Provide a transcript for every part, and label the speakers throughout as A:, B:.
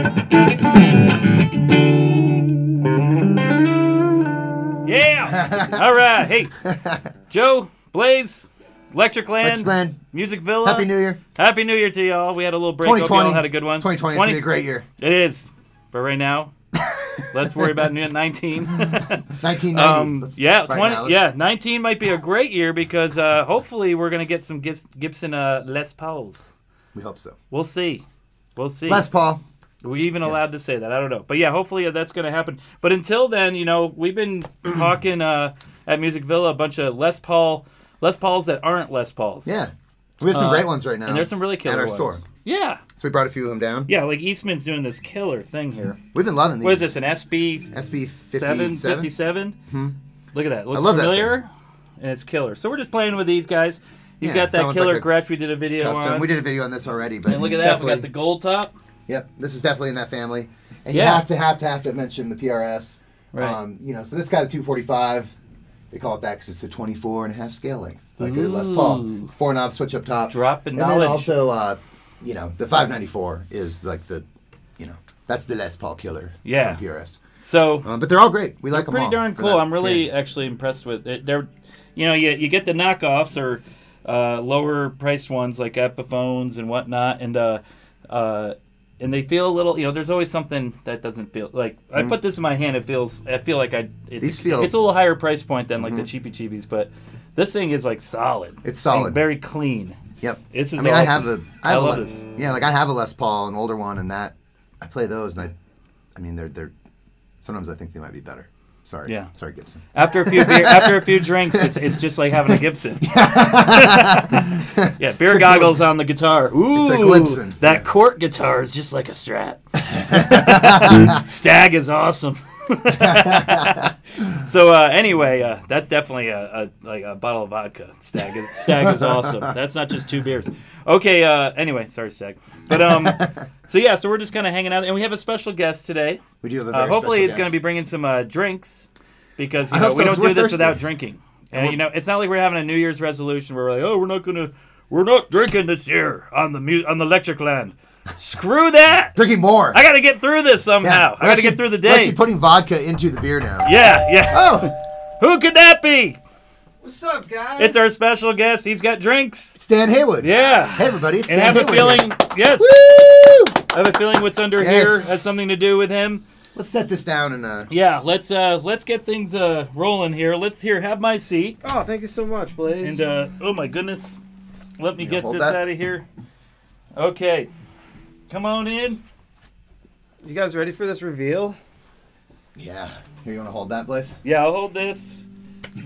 A: Yeah. All right. Hey, Joe, Blaze, Electric Land,
B: Let's plan.
A: Music Villa.
B: Happy New Year.
A: Happy New Year to y'all. We had a little break. Hope
B: 2020.
A: y'all had a good one.
B: 2020 is going to be a great year.
A: It is. But right now, let's worry about 19.
B: 1990.
A: um,
B: Let's-
A: yeah,
B: right
A: 20.
B: now, let's-
A: yeah, 19 might be a great year because uh, hopefully we're going to get some Gis- Gibson uh, Les Pauls.
B: We hope so.
A: We'll see. We'll see.
B: Les Paul.
A: Are we even allowed to say that? I don't know. But yeah, hopefully that's going to happen. But until then, you know, we've been talking uh, at Music Villa a bunch of Les Paul, Les Pauls that aren't Les Pauls.
B: Yeah. We have some
A: Uh,
B: great ones right now.
A: and there's some really killer
B: At our
A: ones.
B: store.
A: Yeah,
B: So we brought a few of them down.
A: yeah. Like Eastman's doing this killer thing here.
B: We've been loving these.
A: What is this? An SB
B: SB
A: 7,
B: 57?
A: 57? Look at that. Looks
B: Mm-hmm. love that
A: familiar, and it's killer. So we're just playing with these guys. You've
B: Yeah,
A: got that
B: sounds
A: killer
B: like a
A: Gretsch we did a video
B: Custom.
A: on.
B: uh, We did a video on this already, but
A: and look at
B: it's
A: that. We got
B: definitely-
A: the gold top.
B: Yep, this is definitely in that family. And you
A: Yeah.
B: have to have to have to mention the PRS.
A: Right.
B: Um, you know, so this guy, the 245, they call it that because it's a 24 and a half scale length, like a Les Paul.
A: Ooh.
B: Four knob switch up top.
A: Drop in
B: and
A: knowledge.
B: then also, uh, you know, the 594 is like the, you know, that's the Les Paul killer.
A: Yeah.
B: From PRS.
A: So
B: Um, but they're all great. We like them
A: pretty
B: all
A: darn
B: for
A: cool.
B: that.
A: I'm really
B: Yeah.
A: actually impressed with it. They're, you know, you, you get the knockoffs or uh, lower priced ones like Epiphones and whatnot, and uh, uh, and they feel a little. You know, there's always something that doesn't feel like I put this in my hand. It feels. I feel like I. It's,
B: Mm-hmm. These feel- Mm-hmm.
A: It's a little higher price point than like the cheapy cheapies, but this thing is like solid.
B: It's
A: And
B: solid.
A: very clean.
B: Yep.
A: This is
B: I mean,
A: awesome.
B: I have a. I, have
A: I
B: a
A: love
B: Le-
A: this.
B: Yeah, like I have a Les Paul, an older one, and that. I play those, and I, I mean, they're they're. Sometimes I think they might be better. Sorry.
A: Yeah.
B: Sorry, Gibson.
A: After a few beer, after a few drinks, it's, it's just like having a Gibson. yeah, beer goggles on the guitar. Ooh,
B: a Gibson.
A: that
B: Yeah.
A: court guitar is just like a Strat. Stag is awesome. so uh, anyway, uh, that's definitely a, a like a bottle of vodka. Stag is, Stag is awesome. That's not just two beers. Okay. Uh, anyway, sorry, Stag. But um, so yeah, so we're just kind of hanging out, and we have a special guest today.
B: We do have a.
A: Uh,
B: Very
A: hopefully,
B: special
A: it's going to
B: guest.
A: be bringing some uh, drinks because you
B: I
A: know,
B: hope
A: we
B: so,
A: don't
B: 'cause
A: do
B: we're
A: this
B: thirsty.
A: without drinking. And, you know, it's not like we're having a New Year's resolution where we're like, oh, we're not going to, we're not drinking this year on the mu- on the electric land. Screw that!
B: drinking more.
A: I got to get through this somehow. I
B: We're
A: got to
B: actually-
A: get through the
B: We're
A: day.
B: actually putting vodka into the beer now.
A: yeah, yeah.
B: Oh,
A: Who could that be?
B: what's up, guys?
A: It's our special guest. He's got drinks.
B: Stan Haywood.
A: Yeah.
B: Hey, everybody. It's
A: and have
B: Stan
A: a
B: Haywood
A: feeling,
B: here.
A: yes. I have a feeling what's under
B: Yes.
A: here has something to do with him.
B: Let's set this down and uh.
A: Yeah, let's uh let's get things uh rolling here. Let's here have my seat.
C: Oh, thank you so much, Blaze.
A: And uh, oh my goodness, let me
B: Yeah,
A: get
B: hold
A: this
B: that.
A: out of here. Okay, come on in.
C: you guys ready for this reveal?
B: Yeah. Here, you want to hold that, Blaze?
A: Yeah, I'll hold this,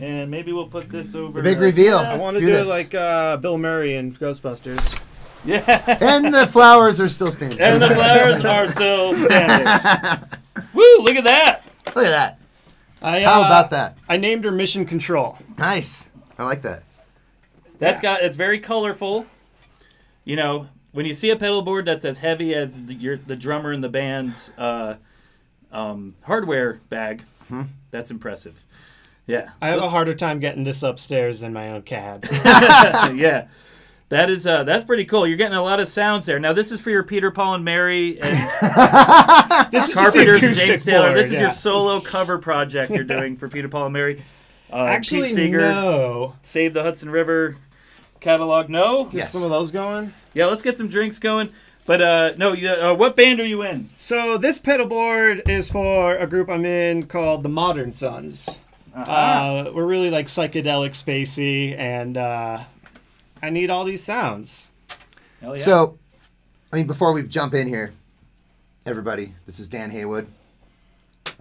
A: and maybe we'll put this over.
B: The big
A: uh,
B: reveal.
C: I want
B: Let's
C: to do,
B: do this.
C: it like uh, Bill Murray in Ghostbusters.
A: Yeah,
B: And the flowers are still standing.
A: and the flowers are still standing. Woo! Look at that.
B: Look at that.
C: I,
B: How
C: uh,
B: about that?
C: I named her Mission Control.
B: Nice. I like that.
A: That's
C: Yeah.
A: got it's very colorful. You know, when you see a pedal board that's as heavy as the, your, the drummer in the band's uh, um, hardware bag,
B: Hmm.
A: that's impressive. Yeah.
C: I have a harder time getting this upstairs than my own cab.
A: yeah. That is uh, that's pretty cool. You're getting a lot of sounds there. Now this is for your Peter Paul and Mary and
C: this is
A: Carpenters and James Taylor. this is your solo cover project you're doing for Peter Paul and Mary. Uh,
C: Actually,
A: Pete Seeger,
C: no.
A: Save the Hudson River catalog. No.
C: Get Some of those going.
A: Yeah, let's get some drinks going. But uh, no, you, uh, what band are you in?
C: So this pedal board is for a group I'm in called the Modern Sons. uh
A: Uh-huh.
C: we're really like psychedelic, spacey, and uh, I need all these sounds.
A: Hell yeah.
B: So, I mean, before we jump in here, everybody, this is Dan Haywood,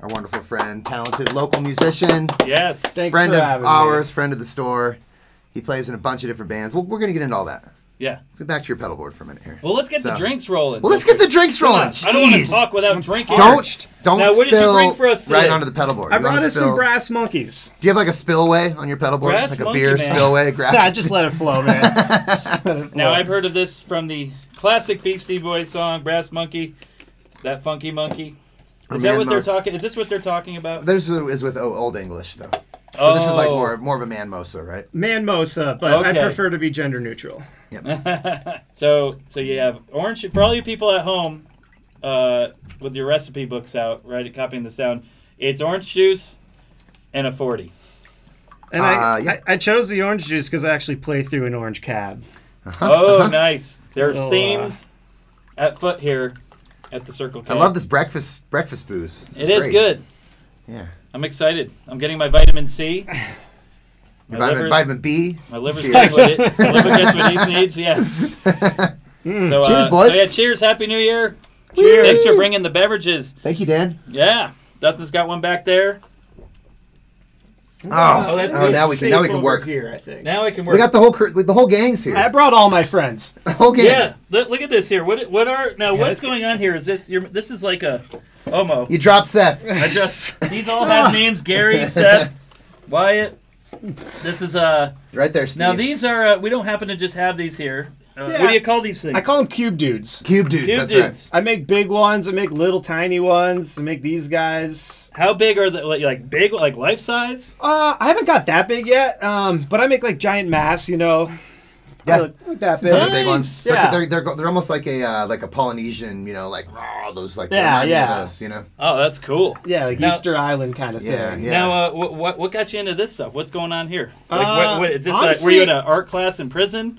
B: our wonderful friend, talented local musician,
A: Yes.
C: Thanks
B: friend
C: for
B: of
C: having
B: ours, friend of the store. He plays in a bunch of different bands. Well, we're going to get into all that.
A: Yeah.
B: Let's get back to your pedal board for a minute here.
A: Well, let's get the
B: So-
A: drinks rolling.
B: Well, let's get the drinks
A: Come
B: rolling.
A: on, I don't want to
B: Jeez.
A: talk without drinking.
B: Don't don't
A: Now, what did you
B: spill
A: bring for us
B: right
A: today?
B: onto the pedal board.
C: me. I
B: You wanna
C: brought us
B: spill-
C: some brass monkeys.
B: Do you have like a spillway on your pedal board,
A: Brass
B: like a
A: monkey
B: beer
A: man.
B: spillway? Grass.
C: Nah, just let it flow, man. Just let it flow.
A: Now I've heard of this from the classic Beastie Boys song "Brass Monkey," that funky monkey.
B: Or
A: Is that
B: man
A: what they're
B: most.
A: talking? Is this what they're talking about?
B: This is with o- Old English though. So this is like
A: Oh.
B: more more of a man mosa, right?
C: man mosa, but I
A: Okay.
C: prefer to be gender neutral.
A: Oh. So, so you have orange for all you people at home uh, with your recipe books out, right? Copying this down. It's orange juice and a forty.
C: And
B: Uh,
C: I,
B: yeah.
C: I, I chose the orange juice because I actually play through an orange cab.
A: Oh, nice. There's
C: Little, uh,
A: themes at foot here at the Circle K.
B: I love this breakfast breakfast booze. This
A: It is
B: great.
A: good.
B: Yeah.
A: I'm excited. I'm getting my vitamin C. My
B: Vitamin,
A: liver-
B: vitamin B.
A: My liver's
B: Cheers.
A: good with it. My liver gets what it needs. Yeah. So, uh,
B: Cheers, boys.
A: so yeah, cheers. Happy New Year.
C: Cheers.
A: Thanks for bringing the beverages.
B: Thank you, Dan.
A: Yeah. Dustin's got one back there.
B: Oh,
A: Oh, that's
B: oh, now we can now we
C: Safe
B: can
C: over
B: work.
C: here. I think.
A: Now I can work.
B: We got the whole cr- with the whole gangs
C: I
B: here.
C: brought all my friends.
B: The whole gang.
A: yeah. Look, look at this here. What what are now?
C: let's
A: what's
C: get-
A: going on here? Is this your? This is like a homo.
B: You drop Seth.
A: I just these all have names: Gary, Seth, Wyatt. This is uh.
B: right there, Steve.
A: Now these are uh, we don't happen to just have these here. Uh,
C: Yeah.
A: What do you call these things?
C: I call them cube dudes.
B: cube dudes.
A: Cube
B: that's
A: dudes.
C: I make big ones. I make little tiny ones. I make these guys.
A: How big are they? Like, like big, like life size?
C: Uh, I haven't got that big yet. Um, but I make like giant mass. You know.
B: Yeah.
C: Look, look that
B: right. Those are
C: big.
B: the big ones.
C: Nice.
B: Look,
C: Yeah.
B: They're, they're go- they're almost like a uh, like a Polynesian, you know, like raw, those like
C: Yeah,
B: remind me of
C: yeah.
B: those, you know.
A: Oh, that's cool.
C: Yeah, like
A: Now-
C: Easter Island kind of
B: Yeah,
C: thing.
B: yeah.
A: Now, uh, what, what what got you into this stuff? What's going on here? Like,
C: Uh,
A: what, what is this? like, were
C: honestly-
A: you in an art class in prison?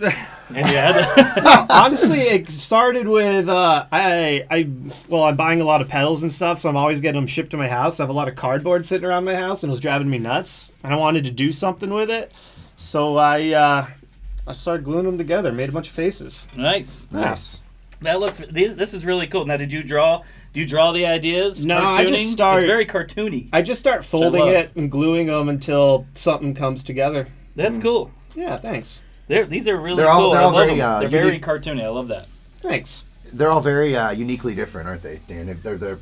A: And you had to-
C: Honestly, it started with uh, I I well I'm buying a lot of pedals and stuff, so I'm always getting them shipped to my house. I have a lot of cardboard sitting around my house, and it was driving me nuts. And I wanted to do something with it, so I uh, I started gluing them together, made a bunch of faces.
A: nice.
B: Nice.
A: That looks. These, this is really cool. Now, did you draw? Do you draw the ideas?
C: No, I just
A: Cartooning?
C: started-
A: It's very cartoony.
C: I just start folding
A: love.
C: it and gluing them until something comes together.
A: That's cool.
C: Yeah, thanks,
A: They're, these are really
B: Hmm. They're all-
A: cool.
B: they're
A: I
B: all
A: love
B: very,
A: them.
B: uh,
A: they're very
B: unique.
A: cartoony. I love that.
C: thanks.
B: They're all very uh, uniquely different, aren't they, Dan? They're, they're, they're-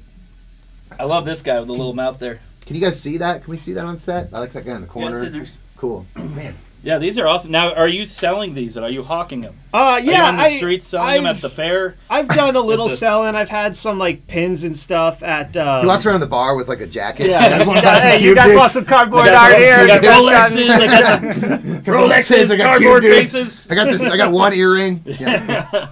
A: I love this guy with the little mouth there.
B: Can you guys see that? Can we see that on set? I like that guy in the corner.
A: in there.
B: Cool. Man.
A: Yeah, these are awesome. Now, are you selling these? Are you hawking them?
C: Uh,
A: Are you
C: yeah,
A: on the
C: I-
A: streets selling them at
C: I've-
A: the fair?
C: I've done a little
A: the-
C: selling. I've had some like pins and stuff at. Uh,
B: He walks around the bar with like a jacket.
C: Yeah,
B: You guys wanna buy some
C: hey, you
B: cube
C: guys
B: dudes?
C: want some cardboard
A: I got
C: art
A: some-
C: here?
A: I got
C: You guys
A: Rolexes.
C: got-
A: I got some
B: Rolexes, I
A: Rolexes,
B: got
A: cardboard
B: cube dudes.
A: faces.
B: I got this. I got one earring. Yeah.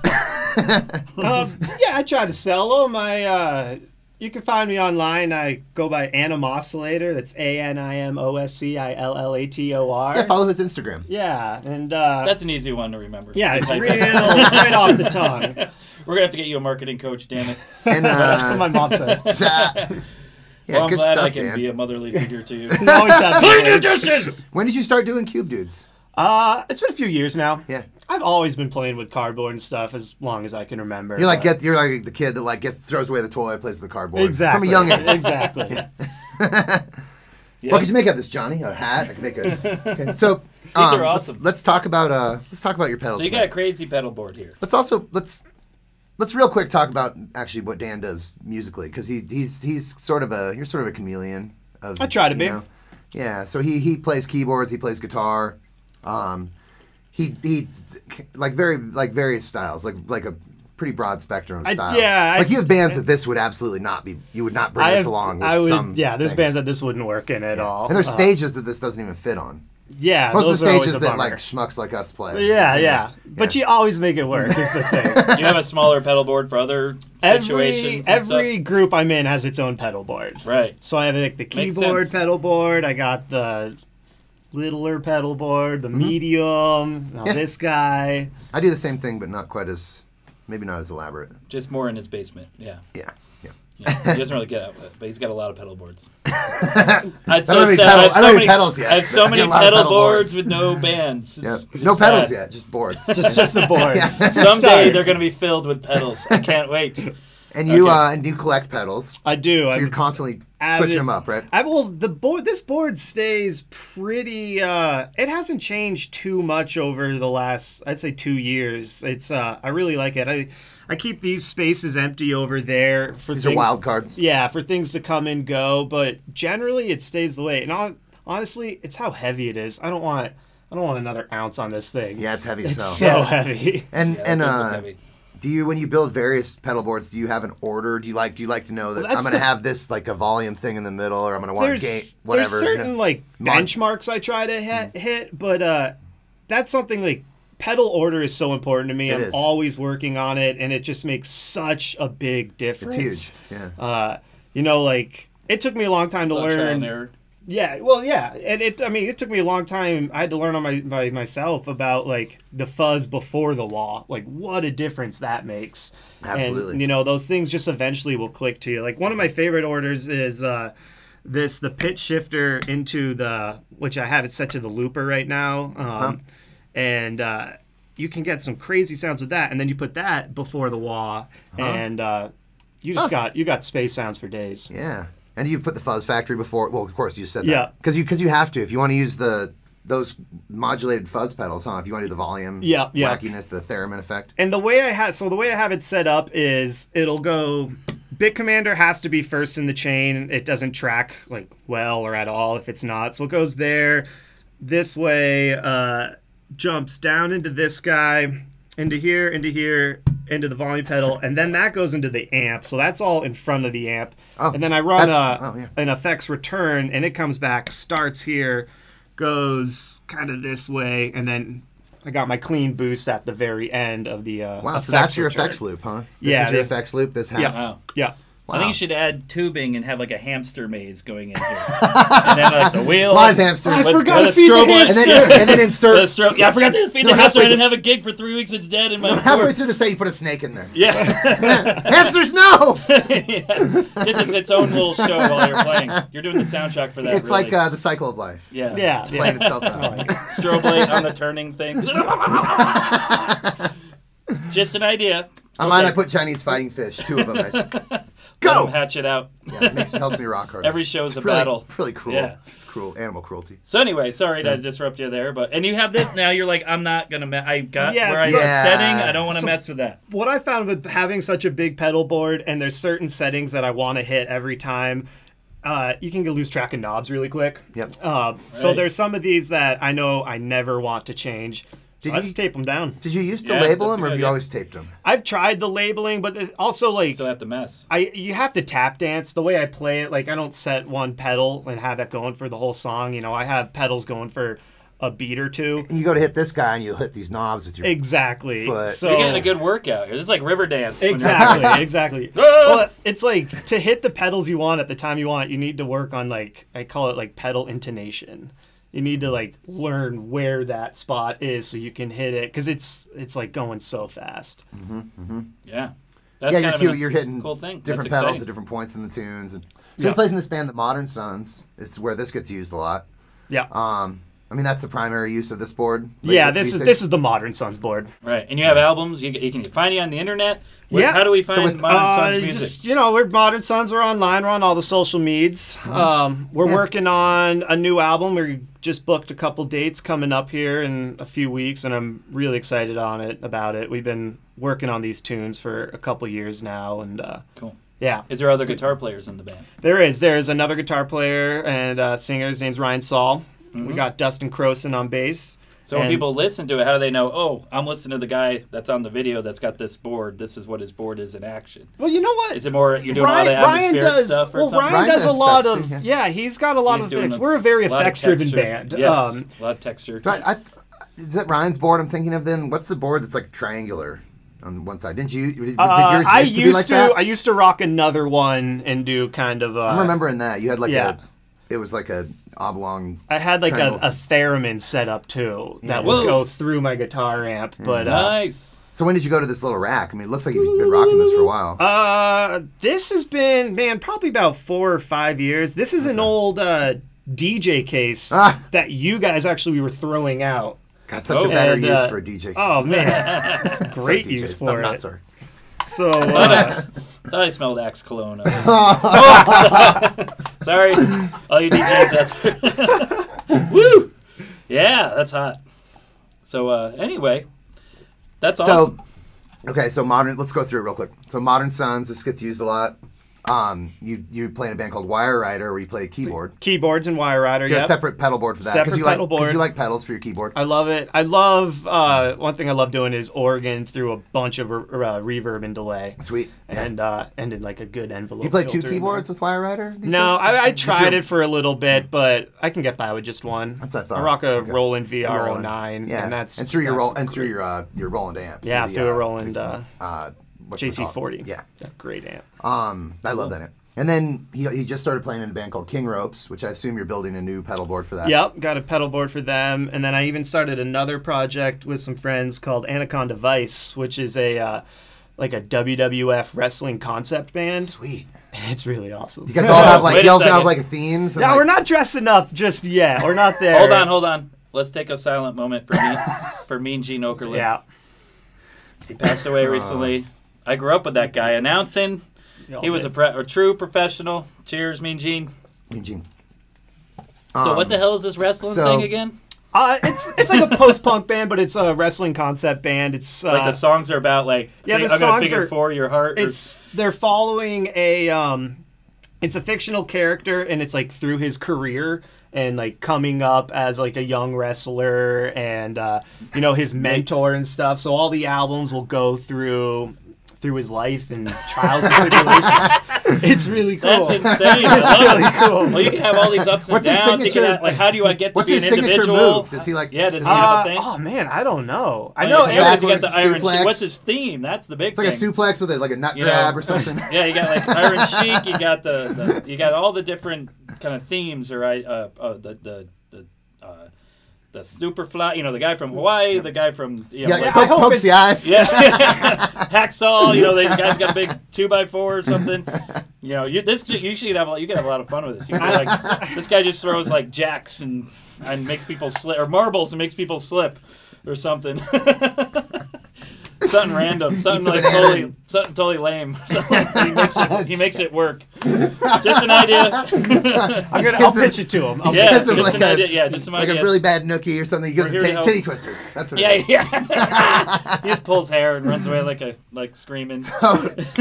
C: Um, yeah, I try to sell them. I uh, you can find me online. I go by Animoscillator. That's A N I M O S C I L L A T O
B: yeah.
C: R.
B: Follow his Instagram.
C: Yeah, and uh,
A: That's an easy one to remember.
C: yeah, it's
A: Like
C: real
A: that.
C: right off the tongue. That's
A: We're gonna have to get you a marketing coach, damn it.
B: And
C: what
B: uh,
C: my mom says.
B: da- yeah,
A: well, I'm
B: good
A: glad
B: stuff,
A: I can
B: Dan.
A: be a motherly figure to you.
C: I always have those.
B: when did you start doing cube dudes?
C: uh, it's been a few years now.
B: Yeah.
C: I've always been playing with cardboard and stuff as long as I can remember.
B: You're like
C: but-
B: get. You're like the kid that like gets throws away the toy, plays with the cardboard. From
C: exactly
B: a young age.
C: Exactly.
A: Yeah.
B: What could you make out of this, Johnny? A hat? I could make a. Okay. So um,
A: are
B: let's-
A: awesome.
B: Let's, talk about uh, let's talk about your pedals.
A: So you
B: man.
A: got a crazy pedal board here.
B: let's also let's let's real quick talk about actually what Dan does musically because he he's he's sort of a you're sort of a chameleon. Of,
C: I try to
B: you
C: be.
B: know. Yeah, so he he plays keyboards, he plays guitar, um, he he like very like various styles, like like a pretty broad spectrum of
C: I-
B: styles.
C: yeah, I-
B: like you have bands that this would absolutely not be. You would not bring
C: I,
B: this
C: have,
B: along. With
C: I would.
B: some
C: yeah, there's
B: things.
C: bands that this wouldn't work in at all.
B: and there's
C: Uh,
B: stages that this doesn't even fit on.
C: Yeah,
B: Most of the
C: those are always
B: stages
C: a
B: that
C: bummer.
B: like schmucks like us play.
C: Yeah, yeah. But you always make it work. Is the thing.
A: You have a smaller pedal board for other
C: every
A: situations. and stuff.
C: every group I'm in has its own pedal board.
A: right.
C: So I have like the
A: Makes
C: keyboard
A: sense.
C: pedal board. I got the littler pedal
A: Mm-hmm.
C: board, the medium. Now
B: Yeah.
C: this guy.
B: I do the same thing, but not quite as Maybe not as elaborate.
A: Just more in his basement. Yeah.
B: Yeah. Yeah.
A: Yeah, he doesn't really get out with it, but he's got a lot of pedal boards. I have
B: I don't have any pedal- I don't have any pedals yet,
A: I have
B: but
A: so
B: I
A: many
B: got a lot of
A: pedal,
B: pedal
A: boards
B: boards.
A: with no bands.
B: Yeah.
A: It's-
B: No
A: it's
B: pedals
A: sad.
B: yet, just boards.
C: uh, Just, just the boards.
A: Someday
C: Start.
A: they're going to be filled with pedals. I can't wait.
B: and you
A: okay.
B: uh, and you collect pedals, so
C: I do. I'm-
B: you're constantly
C: added-
B: switching them up, right?
C: I well the board this board stays pretty uh it hasn't changed too much over the last I'd say 2 years. It's uh I really like it. I I keep these spaces empty over there for
B: These
C: things
B: are wild cards.
C: Yeah, for things to come and go, but generally it stays the way. And on, honestly, it's how heavy it is. I don't want I don't want another ounce on this thing.
B: Yeah, it's heavy as
C: It's
B: hell.
C: so
A: Yeah.
C: heavy.
B: And
A: Yeah,
B: and
A: those look
B: uh,
A: heavy.
B: do you when you build various pedal boards, do you have an order? Do you like do you like to know that
C: Well, that's
B: I'm gonna
C: the-
B: have this like a volume thing in the middle, or I'm gonna want a
C: there's
B: gate, whatever.
C: there's certain like
B: Mon- Mm-hmm.
C: benchmarks I try to hit, hit but uh, that's something like pedal order is so important to me.
B: It
C: I'm
B: is.
C: always working on it, and it just makes such a big difference.
B: it's huge. Yeah.
C: Uh, you know, like it took me a long time to
A: Little trial and
C: learn.
A: error.
C: Yeah, well, yeah, and it. I mean, it took me a long time. I had to learn on my by myself about like the fuzz before the wah. Like, what a difference that makes.
B: Absolutely.
C: And, you know, those things just eventually will click to you. Like one of my favorite orders is uh, this the pitch shifter into the which I have it set to the looper right now, um, and uh, you can get some crazy sounds with that. And then you put that before the wah, and uh, you just got you got space sounds for days.
B: Yeah. And you put the Fuzz Factory before. Well, of course you said that.
C: Yeah.
B: Because you because you have to if you want to use the those modulated fuzz pedals, huh? If you want to do the volume,
C: Yeah, yeah.
B: wackiness, the theremin effect.
C: And the way I have so the way I have it set up is it'll go Bit Commander has to be first in the chain. It doesn't track like well or at all if it's not. So it goes there this way uh jumps down into this guy into here into here into the volume pedal and then that goes into the amp. So that's all in front of the amp.
B: Oh,
C: and then I run a,
B: that's- oh, yeah.
C: an effects return and it comes back starts here goes kind of this way and then I got my clean boost at the very end of the uh,
B: Wow. so that's your
C: return.
B: effects loop, huh? This
C: Yeah,
B: Is your
C: they-
B: effects loop. This half.
C: Yeah.
A: Wow.
C: Yeah.
A: I think you should add tubing and have like a hamster maze going in here. and then like the wheel.
B: Live hamsters. I
C: forgot to
A: a
C: feed the
A: strobo
B: And
C: hamster.
B: then and then
A: The
B: insert.
A: stro- yeah, I forgot to feed
B: No,
A: the hamster.
B: halfway-
A: I didn't have a gig for three weeks. It's dead in my
B: Halfway
A: report.
B: through the set, you put a snake in there.
A: Yeah.
B: Hamsters, no!
A: this is its own little show while you're playing. You're doing the soundtrack for that.
B: It's
A: really.
B: like uh, the cycle of life.
A: yeah,
C: Yeah.
B: Playing
C: yeah.
B: itself out.
A: strobe light on the turning thing. Just an idea.
B: On mine, I put Chinese fighting fish, two of them. I s- Go!
A: Let 'em hatch it out.
B: Yeah, it makes, helps me rock harder.
A: Every show is
B: It's
A: a
B: really-
A: battle.
B: Really cruel.
A: Yeah.
B: It's cruel. Animal cruelty.
A: So anyway, sorry to disrupt you there, but and you have this now. You're like, I'm not gonna. Me- I got
C: Yes.
A: where I
B: Yeah.
A: was setting. I don't want to
C: So-
A: mess with that.
C: What I found with having such a big pedal board and there's certain settings that I want to hit every time, uh, you can lose track of knobs really quick.
B: Yep.
C: Uh, So
A: Right.
C: there's some of these that I know I never want to change. So
B: Did
C: I
B: you-
C: just tape them down.
B: Did you used to
A: Yeah,
B: label
A: that's
B: them
A: a
B: or
A: good
B: have you
A: idea.
B: always taped them?
C: I've tried the labeling, but it- also like
A: Still have to mess.
C: I you have to tap dance the way I play it. Like I don't set one pedal and have that going for the whole song. You know, I have pedals going for a beat or two.
B: And you go to hit this guy and you hit these knobs with your.
C: Exactly.
B: But-
C: so
A: You're getting a good Ah! workout here. This is like river dance. when you're-
C: Exactly, exactly. well, it's like to hit the pedals you want at the time you want, you need to work on like I call it like pedal intonation. You need to like learn where that spot is so you can hit it because it's it's like going so fast.
A: Yeah. That's
B: yeah, you're
A: of
B: cute.
A: an-
B: You're hitting
A: cool thing.
B: different
A: That's
B: pedals
A: exciting.
B: at different points in the tunes. And so
C: Yeah.
B: he plays in this band, The Modern Sons. It's where this gets used a lot.
C: Yeah,
A: Ah,
B: Um, I mean, that's the primary use of this board.
C: yeah. This is this is the modern Sons board.
A: Right, and you have albums. You, you can find you on the internet. Where-
C: Yeah.
A: How do we find
B: with-
A: Modern
C: Uh,
A: Sons music?
C: just you know, we're Modern Sons. We're online. We're on all the social medias.
A: Mm-hmm.
C: Um, we're working on a new album. We just booked a couple dates coming up here in a few weeks, and I'm really excited on it about it. We've been working on these tunes for a couple years now, and uh,
A: cool.
C: yeah,
A: Is there other guitar players in the band?
C: there is there is another guitar player and uh, singer. His name's Ryan Saul. We got Dustin Croson on bass.
A: Mm-hmm. So when
C: and-
A: people listen to it, how do they know? Oh, I'm listening to the guy that's on the video that's got this board. This is what his board is in action.
C: well, you know what?
A: Is it more you're doing all the atmospheric stuff or
C: well,
A: something?
C: Ryan
B: Ryan
C: does a
B: does
C: lot
B: effects,
C: of
B: too,
C: yeah. He's got a lot
A: He's
C: of
A: doing
C: effects.
A: a
C: We're a very
A: lot of
C: effects-driven
A: texture.
C: band.
A: Yes,
C: Um,
A: a lot of texture.
B: But I, is that Ryan's board I'm thinking of then? What's the board that's like triangular on one side? Didn't you? Did, did
C: Uh,
B: yours
C: I
B: used
C: used
B: to be like
C: to.
B: that?
C: I used to rock another one and do kind of. Uh,
B: I'm remembering that. You had like
C: Yeah.
B: a. It was like a oblong.
C: I had like a,
B: Triangle.
C: a theremin set up too that
A: Whoa.
B: Mm.
C: would go through my guitar amp, but uh,
A: nice.
B: So when did you go to this little rack? I mean, it looks like you've been rocking this for a while.
C: Uh, this has been, man, probably about four or five years. This is an old uh, DJ case
B: Ah.
C: that you guys actually were throwing out.
B: Got such a
A: oh,
B: better
C: and,
B: use
C: uh,
B: for a DJ.
C: Oh
B: case.
C: man, it's
B: Sorry,
C: great
B: DJs,
C: use
B: but
C: for
B: I'm
C: it.
B: not sorry.
C: So
A: Oh,
C: uh,
A: Thought I smelled Axe cologne. Sorry, all you DJs out there. Woo! Yeah, that's hot. So uh, anyway, that's
B: So,
A: awesome.
B: okay, so modern. Let's go through it real quick. So modern sons. This gets used a lot. Um, you you play in a band called Wire Rider, where you play a keyboard.
C: keyboards and wire rider.
B: So you have
C: yep.
B: a separate pedal board for that. 'cause
C: Separate
B: you like,
C: pedal
B: 'cause
C: board. Uh,
B: you like pedals for your keyboard.
C: I love it. I love uh, one thing I love doing is organ through a bunch of re- uh, reverb and delay,
B: Sweet. Yeah.
C: and uh, and in like a good envelope.
B: you play two
C: filter in there.
B: keyboards with Wire Rider? these
C: No,
B: days?
C: I, I
B: Just your-
C: tried it for a little bit, but I can get by with just one.
B: That's what I thought.
C: rock a
B: Okay.
C: Roland VR09,
B: Roland.
C: yeah. and that's
B: and through your
C: that's
B: roll and through your uh, your Roland amp.
C: yeah
B: the,
C: through
B: uh,
C: a Roland uh,
B: Uh, whatchamacallit.
C: JT40.
B: Yeah.
C: That great amp.
B: Um, I love that amp. And then he, he just started playing in a band called King Ropes, which I assume you're building a new pedal board for that.
C: Yep, got a pedal board for them, and then I even started another project with some friends called Anaconda Vice, which is a uh, like a WWF wrestling concept band.
B: Sweet.
C: It's really awesome.
B: You guys all have
A: Wait
B: like
A: a
B: you all have
A: second.
B: like themes. and,
C: Yeah,
B: like-
C: we're not dressing up just yet. We're not there.
A: hold on, hold on. Let's take a silent moment for me for Mean Gene Okerlund.
C: Yeah. Uh-huh.
A: He passed away recently. I grew up with that guy announcing. He was a, pre- a true professional. Cheers, Mean Gene.
B: Mean Gene.
A: So
B: Um,
A: what the hell is this wrestling
B: so-
A: thing again?
C: Uh, it's it's like a post punk band, but it's a wrestling concept band. It's uh,
A: Like the songs are about like
C: yeah,
A: fi-
C: the
A: I'm gonna
C: songs
A: figure
C: are-
A: four your heart. or-
C: it's they're following a um, it's a fictional character, and it's like through his career and like coming up as like a young wrestler, and uh, you know his mentor and stuff. So all the albums will go through through his life and trials and tribulations. it's really cool.
A: that's insane. I love it.
C: cool.
A: Well, you can have all these ups and
B: What's his
A: downs. You can
B: signature-
A: have, like, how do I get to
B: what's
A: be
B: his
A: an
B: signature
A: individual?
B: move? Does he, like-
A: Yeah, does he
B: does he-
A: have
C: Uh,
A: a thing? Oh,
C: oh man, I don't know. I
A: Like,
C: know
A: he
B: yeah,
C: every,
A: always got the
B: backwards
A: iron.
B: suplex.
A: Sheik. What's his theme? That's the big
B: It's like a
A: thing.
B: suplex with a, like a nut
A: You know,
B: grab or something.
A: Yeah, you got like Iron Sheik. You got the, the you got all the different kind of themes, or I uh, uh, the the the. Uh, the super fly, you know, the guy from Hawaii, the guy from you know,
B: yeah,
A: like-
B: yeah
C: I hope
B: pokes the
C: it's-
B: eyes.
A: Yeah, hacksaw. You know, they, the guy's got a big two by four or something. You know, you this you should have a lot- you could have a lot of fun with this. You could, like this guy just throws like jacks and and makes people slip or marbles and makes people slip or something. something random, something like
B: Eats a banana
A: totally,
B: and-
A: something totally lame. Something like- he, makes it, he makes it work. Just an idea.
C: I'm gonna, I'll
B: It's a-
C: pitch it to him. I'll
A: yeah,
B: Because
A: just
B: of like
A: an
B: a-
A: idea. Yeah, just some
B: Like
A: ideas.
B: a really bad nookie or something. He gives
A: We're
B: him
A: here to
B: titty,
A: help.
B: titty twisters. That's what it
A: yeah,
B: is.
A: yeah. he just pulls hair and runs away like a like screaming.
B: So,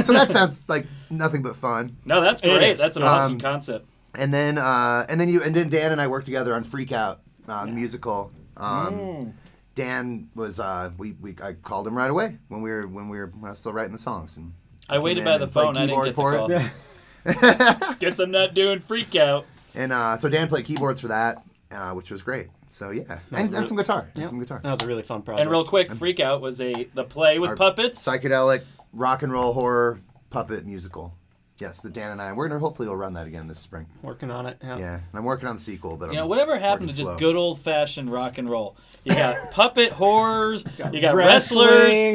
B: so that sounds like nothing but fun.
A: No, that's
C: It
A: great.
C: is.
A: That's an awesome
B: Um,
A: concept.
B: And then uh, and then you and then Dan and I worked together on Freak Out uh, the musical. Um,
A: Mm.
B: Dan was uh, we, we I called him right away when we were when we were when I was still writing the songs and
A: I
B: came
A: waited
B: in
A: by the
B: and played
A: phone. I didn't
B: keyboard
A: get the
B: for it.
A: call. Guess I'm not doing freak out.
B: And uh, so Dan played keyboards for that, uh, which was great. So yeah, and, and some guitar, and some guitar,
C: That was a really fun project.
A: And real quick, freak out was a the play with
B: Our
A: puppets.
B: psychedelic rock and roll horror puppet musical. Yes, that Dan and I. We're gonna hopefully we'll run that again this spring.
C: working on it. Yeah.
B: Yeah, and I'm working on the sequel, but
A: you
B: I'm
A: know, whatever
B: working
A: happened to just
B: slow.
A: good old fashioned rock and roll? You got puppet horrors. You got
C: wrestling.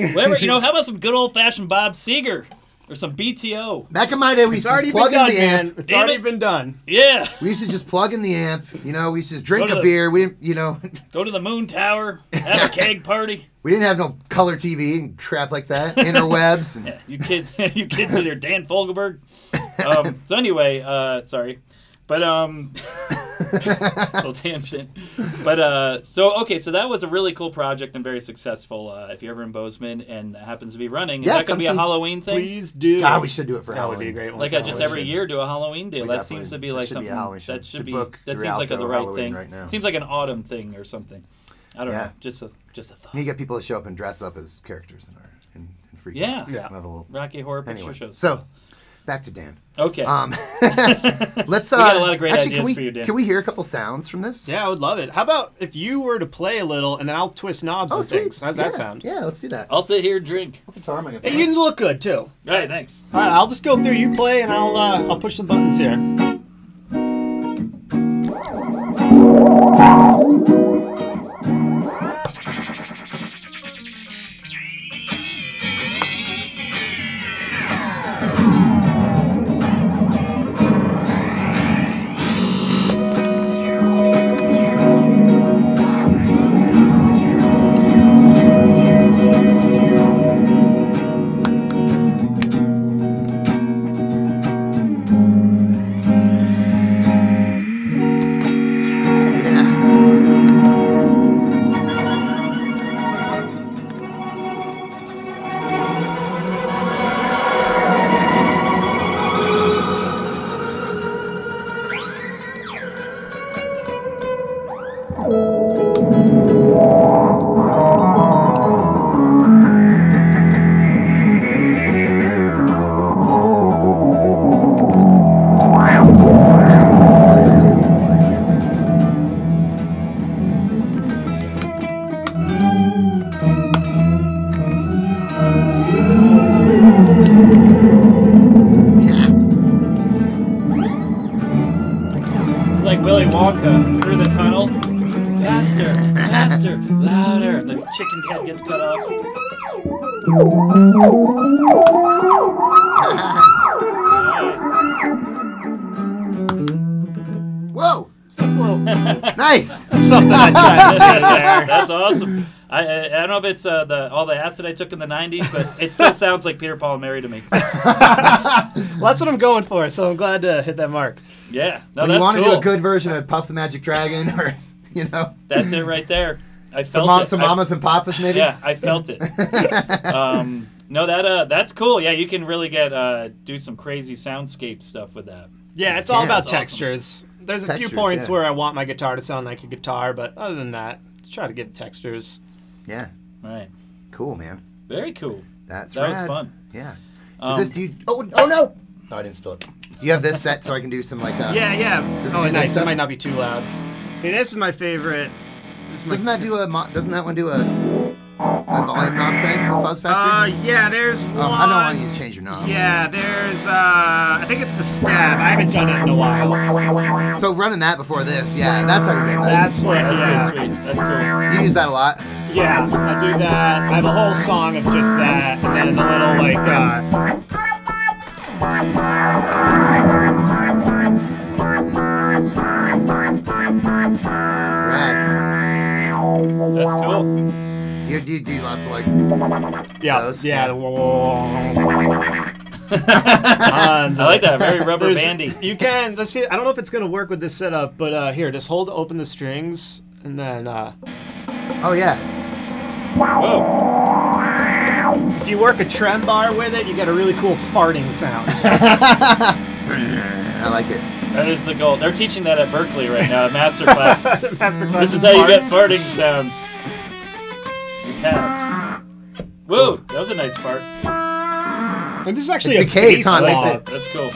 A: wrestlers. Whatever. You know, how about some good old fashioned Bob Seger or some BTO?
B: Back in my day, we used
C: It's
B: to
C: already
B: just
C: been
B: plug in
C: done,
B: the amp.
C: man. It's
A: Damn
C: already
A: it.
C: been done.
A: Yeah.
B: We used to just plug in the amp. You know, we used to just drink
A: Go to
B: a
A: the-
B: beer. We didn't, you know,
A: Go to the moon tower. Have a keg party.
B: we didn't have no color TV and crap like that. Interwebs. And,
A: You kids, you kids with your Dan Fogelberg. Um, so anyway, uh, sorry, but um, little tangent. But uh, so okay, so that was a really cool project and very successful. Uh, if you're ever in Bozeman and that happens to be running, is
B: Yeah,
A: that gonna
B: come
A: be a
B: see-
A: Halloween thing?
C: Please do.
B: God, we should do it for
C: That would be a
B: Halloween.
C: great one.
A: Like
C: for
A: I just
C: Halloween.
A: every year do a Halloween deal. That
B: definitely-
A: seems to be
B: that
A: like
B: should be
A: something
B: Halloween.
A: that
B: Should-
A: should
B: should
A: be
B: book
A: that
B: your
A: seems like
B: outdoor
A: the right
B: Halloween
A: thing.
B: right now.
A: Seems like an autumn thing or something. I don't
B: Yeah.
A: know. Just a just a thought.
B: You get people to show up and dress up as characters in our in, in freak.
A: Yeah.
B: Out.
A: Yeah.
B: We'll have a little-
A: Rocky Horror Picture
B: anyway,
A: Show.
B: so back to Dan.
A: okay.
B: Um, let's. Uh,
A: got a lot of great ideas
B: actually, can we,
A: for you, Dan.
B: Can we hear a couple sounds from this?
C: Yeah, I would love it. How about if you were to play a little and then I'll twist knobs
B: Oh,
C: and
B: sweet.
C: things? How's
B: yeah.
C: that sound?
B: Yeah, let's do that.
A: I'll sit here and drink.
B: What guitar am I gonna
C: Hey,
B: play?
C: you look good too.
A: All right, thanks.
C: All right, I'll just go through. You play and I'll uh, I'll push some buttons here.
A: Willy Wonka through the tunnel. Faster, faster, louder. The chicken head gets cut off. Nice.
B: Whoa!
C: That's a little
A: Oh,
B: Nice.
C: something I tried to do.
A: That's awesome. I, I, I don't know if it's uh, the all the acid I took in the '90s, but it still sounds like Peter Paul and Mary to me.
C: Well, that's what I'm going for, so I'm glad to hit that mark.
A: Yeah, no,
B: If
A: that's
B: you want to
A: cool.
B: do a good version of Puff the Magic Dragon, or you know,
A: That's it right there. I felt
B: some, mom,
A: it.
B: some
A: I-
B: mamas and papas maybe.
A: yeah, I felt it. um, no, that uh, that's cool. Yeah, you can really get uh, do some crazy soundscape stuff with that.
C: Yeah, it's all
B: Yeah,
C: about
A: that's awesome.
C: textures. There's a
B: Textures,
C: few points
B: yeah.
C: where I want my guitar to sound like a guitar, but other than that, let's try to give textures.
B: Yeah.
A: Right.
B: Cool, man.
A: Very cool.
B: That's
A: That
B: rad.
A: was fun.
B: Yeah. Is
A: Um,
B: this do you? Oh, oh no! No, I didn't spill it. Do you have this set so I can do some like? Uh,
C: Yeah, yeah.
B: Does it
C: Oh,
B: do that
C: nice. It
B: stuff?
C: might not be too loud. See, this is my favorite. This is my
B: Doesn't that do a? mo- Doesn't that one do a, a volume knob thing? The Fuzz
C: Uh,
B: Factory.
C: yeah, there's one.
B: oh, I know I need to change your knob.
C: Yeah, there's, uh, I think it's the stab. I haven't done it in a while.
B: So running that before this, yeah, that's how you get that.
C: That's what,
A: That's
C: yeah.
A: pretty sweet. That's cool.
B: You use that a lot.
C: Yeah, I do that. I have a whole song of just that, and then a little, like, uh,
B: Rad.
A: That's cool.
B: You do, do lots of like.
C: yeah,
B: Those?
C: yeah.
B: Yeah.
C: the- Tons
A: I
C: of
A: like
C: it.
A: that. Very rubber
C: There's-
A: bandy.
C: You can. Let's see. I don't know if it's gonna work with this setup, but uh, here, just hold open the strings, and then uh,
B: Oh yeah.
A: Whoa.
C: if you work a trem bar with it, you get a really cool farting sound.
B: I like it.
A: That is the goal. They're teaching that at Berkeley right now, at master class.
C: Master class
A: this is how you get
C: farts.
A: farting sounds. You pass. Whoa, that was a nice fart.
C: And this is actually
B: It's
C: a
B: decay,
C: bass
B: huh? Makes
C: law.
B: it-
A: That's cool.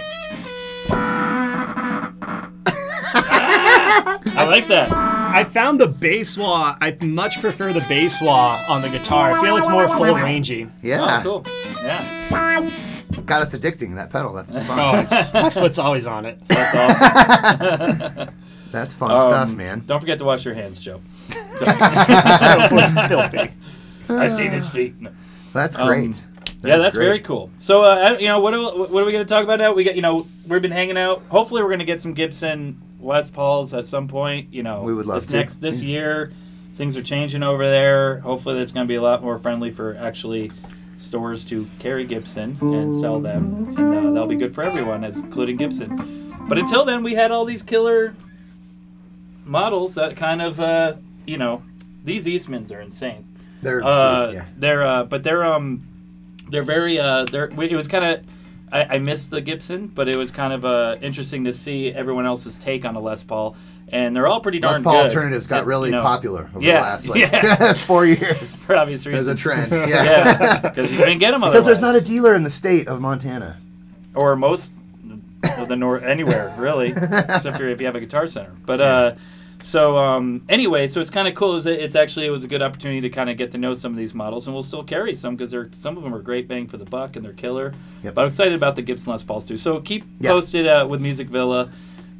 A: I like that.
C: I found the bass wah. I much prefer the bass wah on the guitar. I feel it's more full rangey.
B: Yeah.
A: Oh, cool. Yeah.
B: God, that's addicting. That pedal. That's fun.
C: Oh, it's, my foot's always on it.
A: That's awesome.
B: That's fun
A: Um,
B: stuff, man.
A: Don't forget to wash your hands, Joe.
C: My foot's filthy.
A: I've seen his feet. No.
B: That's
A: um,
B: great.
A: yeah, that's
B: great.
A: very cool. So, uh, I- you know, what are, what are we going to talk about now? We got, you know, we've been hanging out. Hopefully, we're going to get some Gibson Les Pauls at some point. You know,
B: We would love
A: this
B: to. Mm.
A: next this year. Things are changing over there. Hopefully, that's going to be a lot more friendly for actually stores to carry Gibson and sell them, and uh, that'll be good for everyone, as including Gibson. But until then, we had all these killer models that kind of, uh, you know, these Eastmans are insane
B: They're
A: uh,
B: sweet, yeah.
A: they're uh, but they're um they're very uh they're we- it was kind of I, I missed the Gibson but it was kind of uh interesting to see everyone else's take on a Les Paul and they're all pretty darn
B: Les Paul
A: good.
B: alternatives got
A: It-
B: really
A: you know,
B: popular over
A: Yeah,
B: the last like
A: yeah.
B: four years.
A: for obvious
B: There's
A: reasons.
B: a trend.
A: yeah, because you couldn't get them
B: Because there's not a dealer in the state of Montana.
A: or most of the north anywhere really, except for if you have a guitar center. But uh, so um, anyway, so it's kind of cool. It's, it's actually it was a good opportunity to kind of get to know some of these models, and we'll still carry some because they're some of them are great bang for the buck and they're killer.
B: Yep.
A: But I'm excited about the Gibson Les Pauls too. So keep
B: Yeah.
A: posted uh, with Music Villa.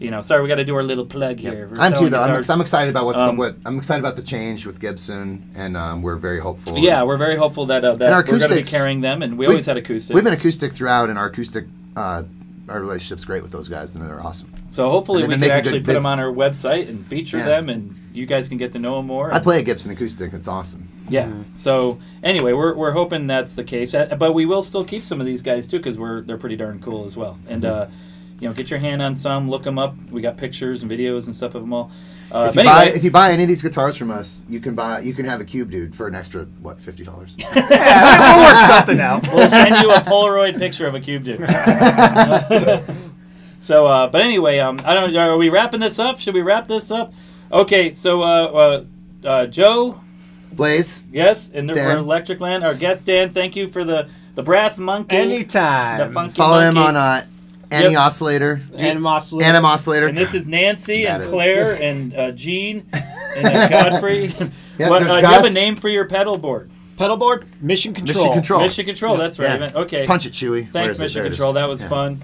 A: You know, sorry we got to do our little plug here. We're
B: I'm too
A: selling
B: though. I'm,
A: guitars.
B: ex- I'm excited about what's
A: Um,
B: what I'm excited about the change with Gibson, and um, we're very hopeful.
A: yeah, we're very hopeful that uh,
B: And our
A: that we're going to be
B: acoustics-
A: carrying them, and we
B: We-
A: always had acoustics.
B: we've been acoustic throughout, and our acoustic uh, our relationship's great with those guys, and they're awesome.
A: so hopefully
B: and
A: we can
B: they've been making
A: actually
B: good
A: put
B: bid-
A: them on our website and feature
B: Yeah.
A: them, and you guys can get to know them more.
B: I
A: and-
B: play a Gibson acoustic. It's awesome.
A: Yeah. So anyway, we're, we're hoping that's the case, Uh, but we will still keep some of these guys too because we're they're pretty darn cool as well. And
B: Hmm.
A: uh, you know, get your hand on some, look them up. We got pictures and videos and stuff of them all. Uh,
B: If you,
A: but
B: buy,
A: anyway,
B: if you buy any of these guitars from us, you can buy you can have a Cube Dude for an extra what fifty dollars.
C: Yeah, we'll work something out.
A: we'll send you a Polaroid picture of a cube dude. so, uh, but anyway, um, I don't. Are we wrapping this up? Should we wrap this up? Okay. So, uh, uh, uh, Joe,
B: Blaze,
A: yes, and the
B: Dan.
A: we're Electric Land, our guest Dan. Thank you for the the brass monkey. the
C: Anytime.
A: funky
B: follow him
A: monkey.
B: on uh, Annie
A: Yep.
B: Oscillator,
C: and Moss Lou-
B: Anna Oscillator.
A: And this is Nancy
B: That
A: and
B: is-
A: Claire and uh, Jean and uh, Godfrey.
B: Yep,
A: what,
B: there's
A: uh, you have a
B: Gus.
A: name for your pedal board.
C: pedal board, mission control.
B: Mission Control.
A: Mission Control. That's right.
B: Yeah.
A: Okay.
B: Punch it, Chewy. Where
A: Thanks,
B: is it?
A: Mission
B: There it is.
A: Control. That was
B: Yeah.
A: fun.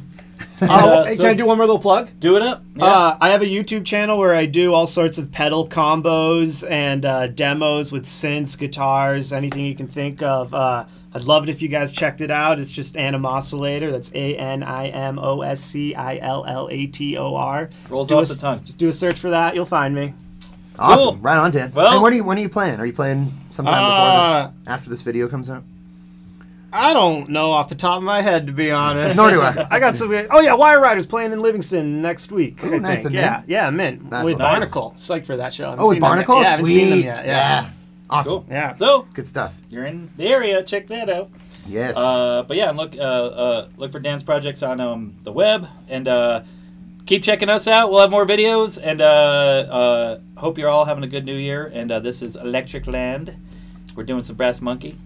C: Uh,
A: Uh,
C: hey,
A: so-
C: can I do one more little plug?
A: Do it up. Yeah.
C: Uh, I have a YouTube channel where I do all sorts of pedal combos and uh, demos with synths, guitars, anything you can think of. Uh, I'd love it if you guys checked it out. It's just Animoscillator. That's A N I M O S C I L L A T O R.
A: Rolls
C: Just do
A: off
C: a-
A: the tongue.
C: Just do a search for that. You'll find me.
B: Awesome.
A: Cool.
B: Right on, Dan.
A: Well-
B: and when are you when are you playing? Are you playing sometime
C: Uh,
B: before this after this video comes out?
C: I don't know off the top of my head, to be honest.
B: Nor do I.
C: I got some. Oh yeah, Wire Rider's playing in Livingston next week. I
B: nice,
C: think.
B: the
C: Yeah,
B: Mint.
C: yeah, Mint
B: That's
C: with
B: nice.
C: Barnacle. Psyched for that show. I haven't
B: Oh, with
C: seen them yet.
B: Barnacle?
C: Yeah, I haven't
B: Sweet.
C: seen them yet. Yeah.
B: Yeah. Awesome.
A: Cool.
C: yeah.
A: So
B: Good stuff.
A: you're in the area. Check that out.
B: Yes.
A: Uh, but yeah, and look uh, uh, look for Dan's projects on um, the web, and uh, keep checking us out. We'll have more videos, and uh, uh, hope you're all having a good New Year. And uh, this is Electric Land. We're doing some Brass Monkey.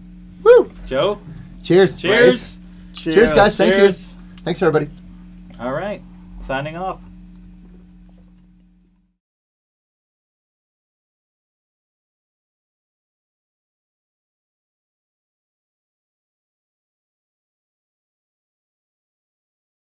A: Woo, Joe.
B: Cheers.
A: Cheers.
B: Cheers, guys. Thank
A: Cheers.
B: you. Thanks, everybody.
A: All right. Signing off.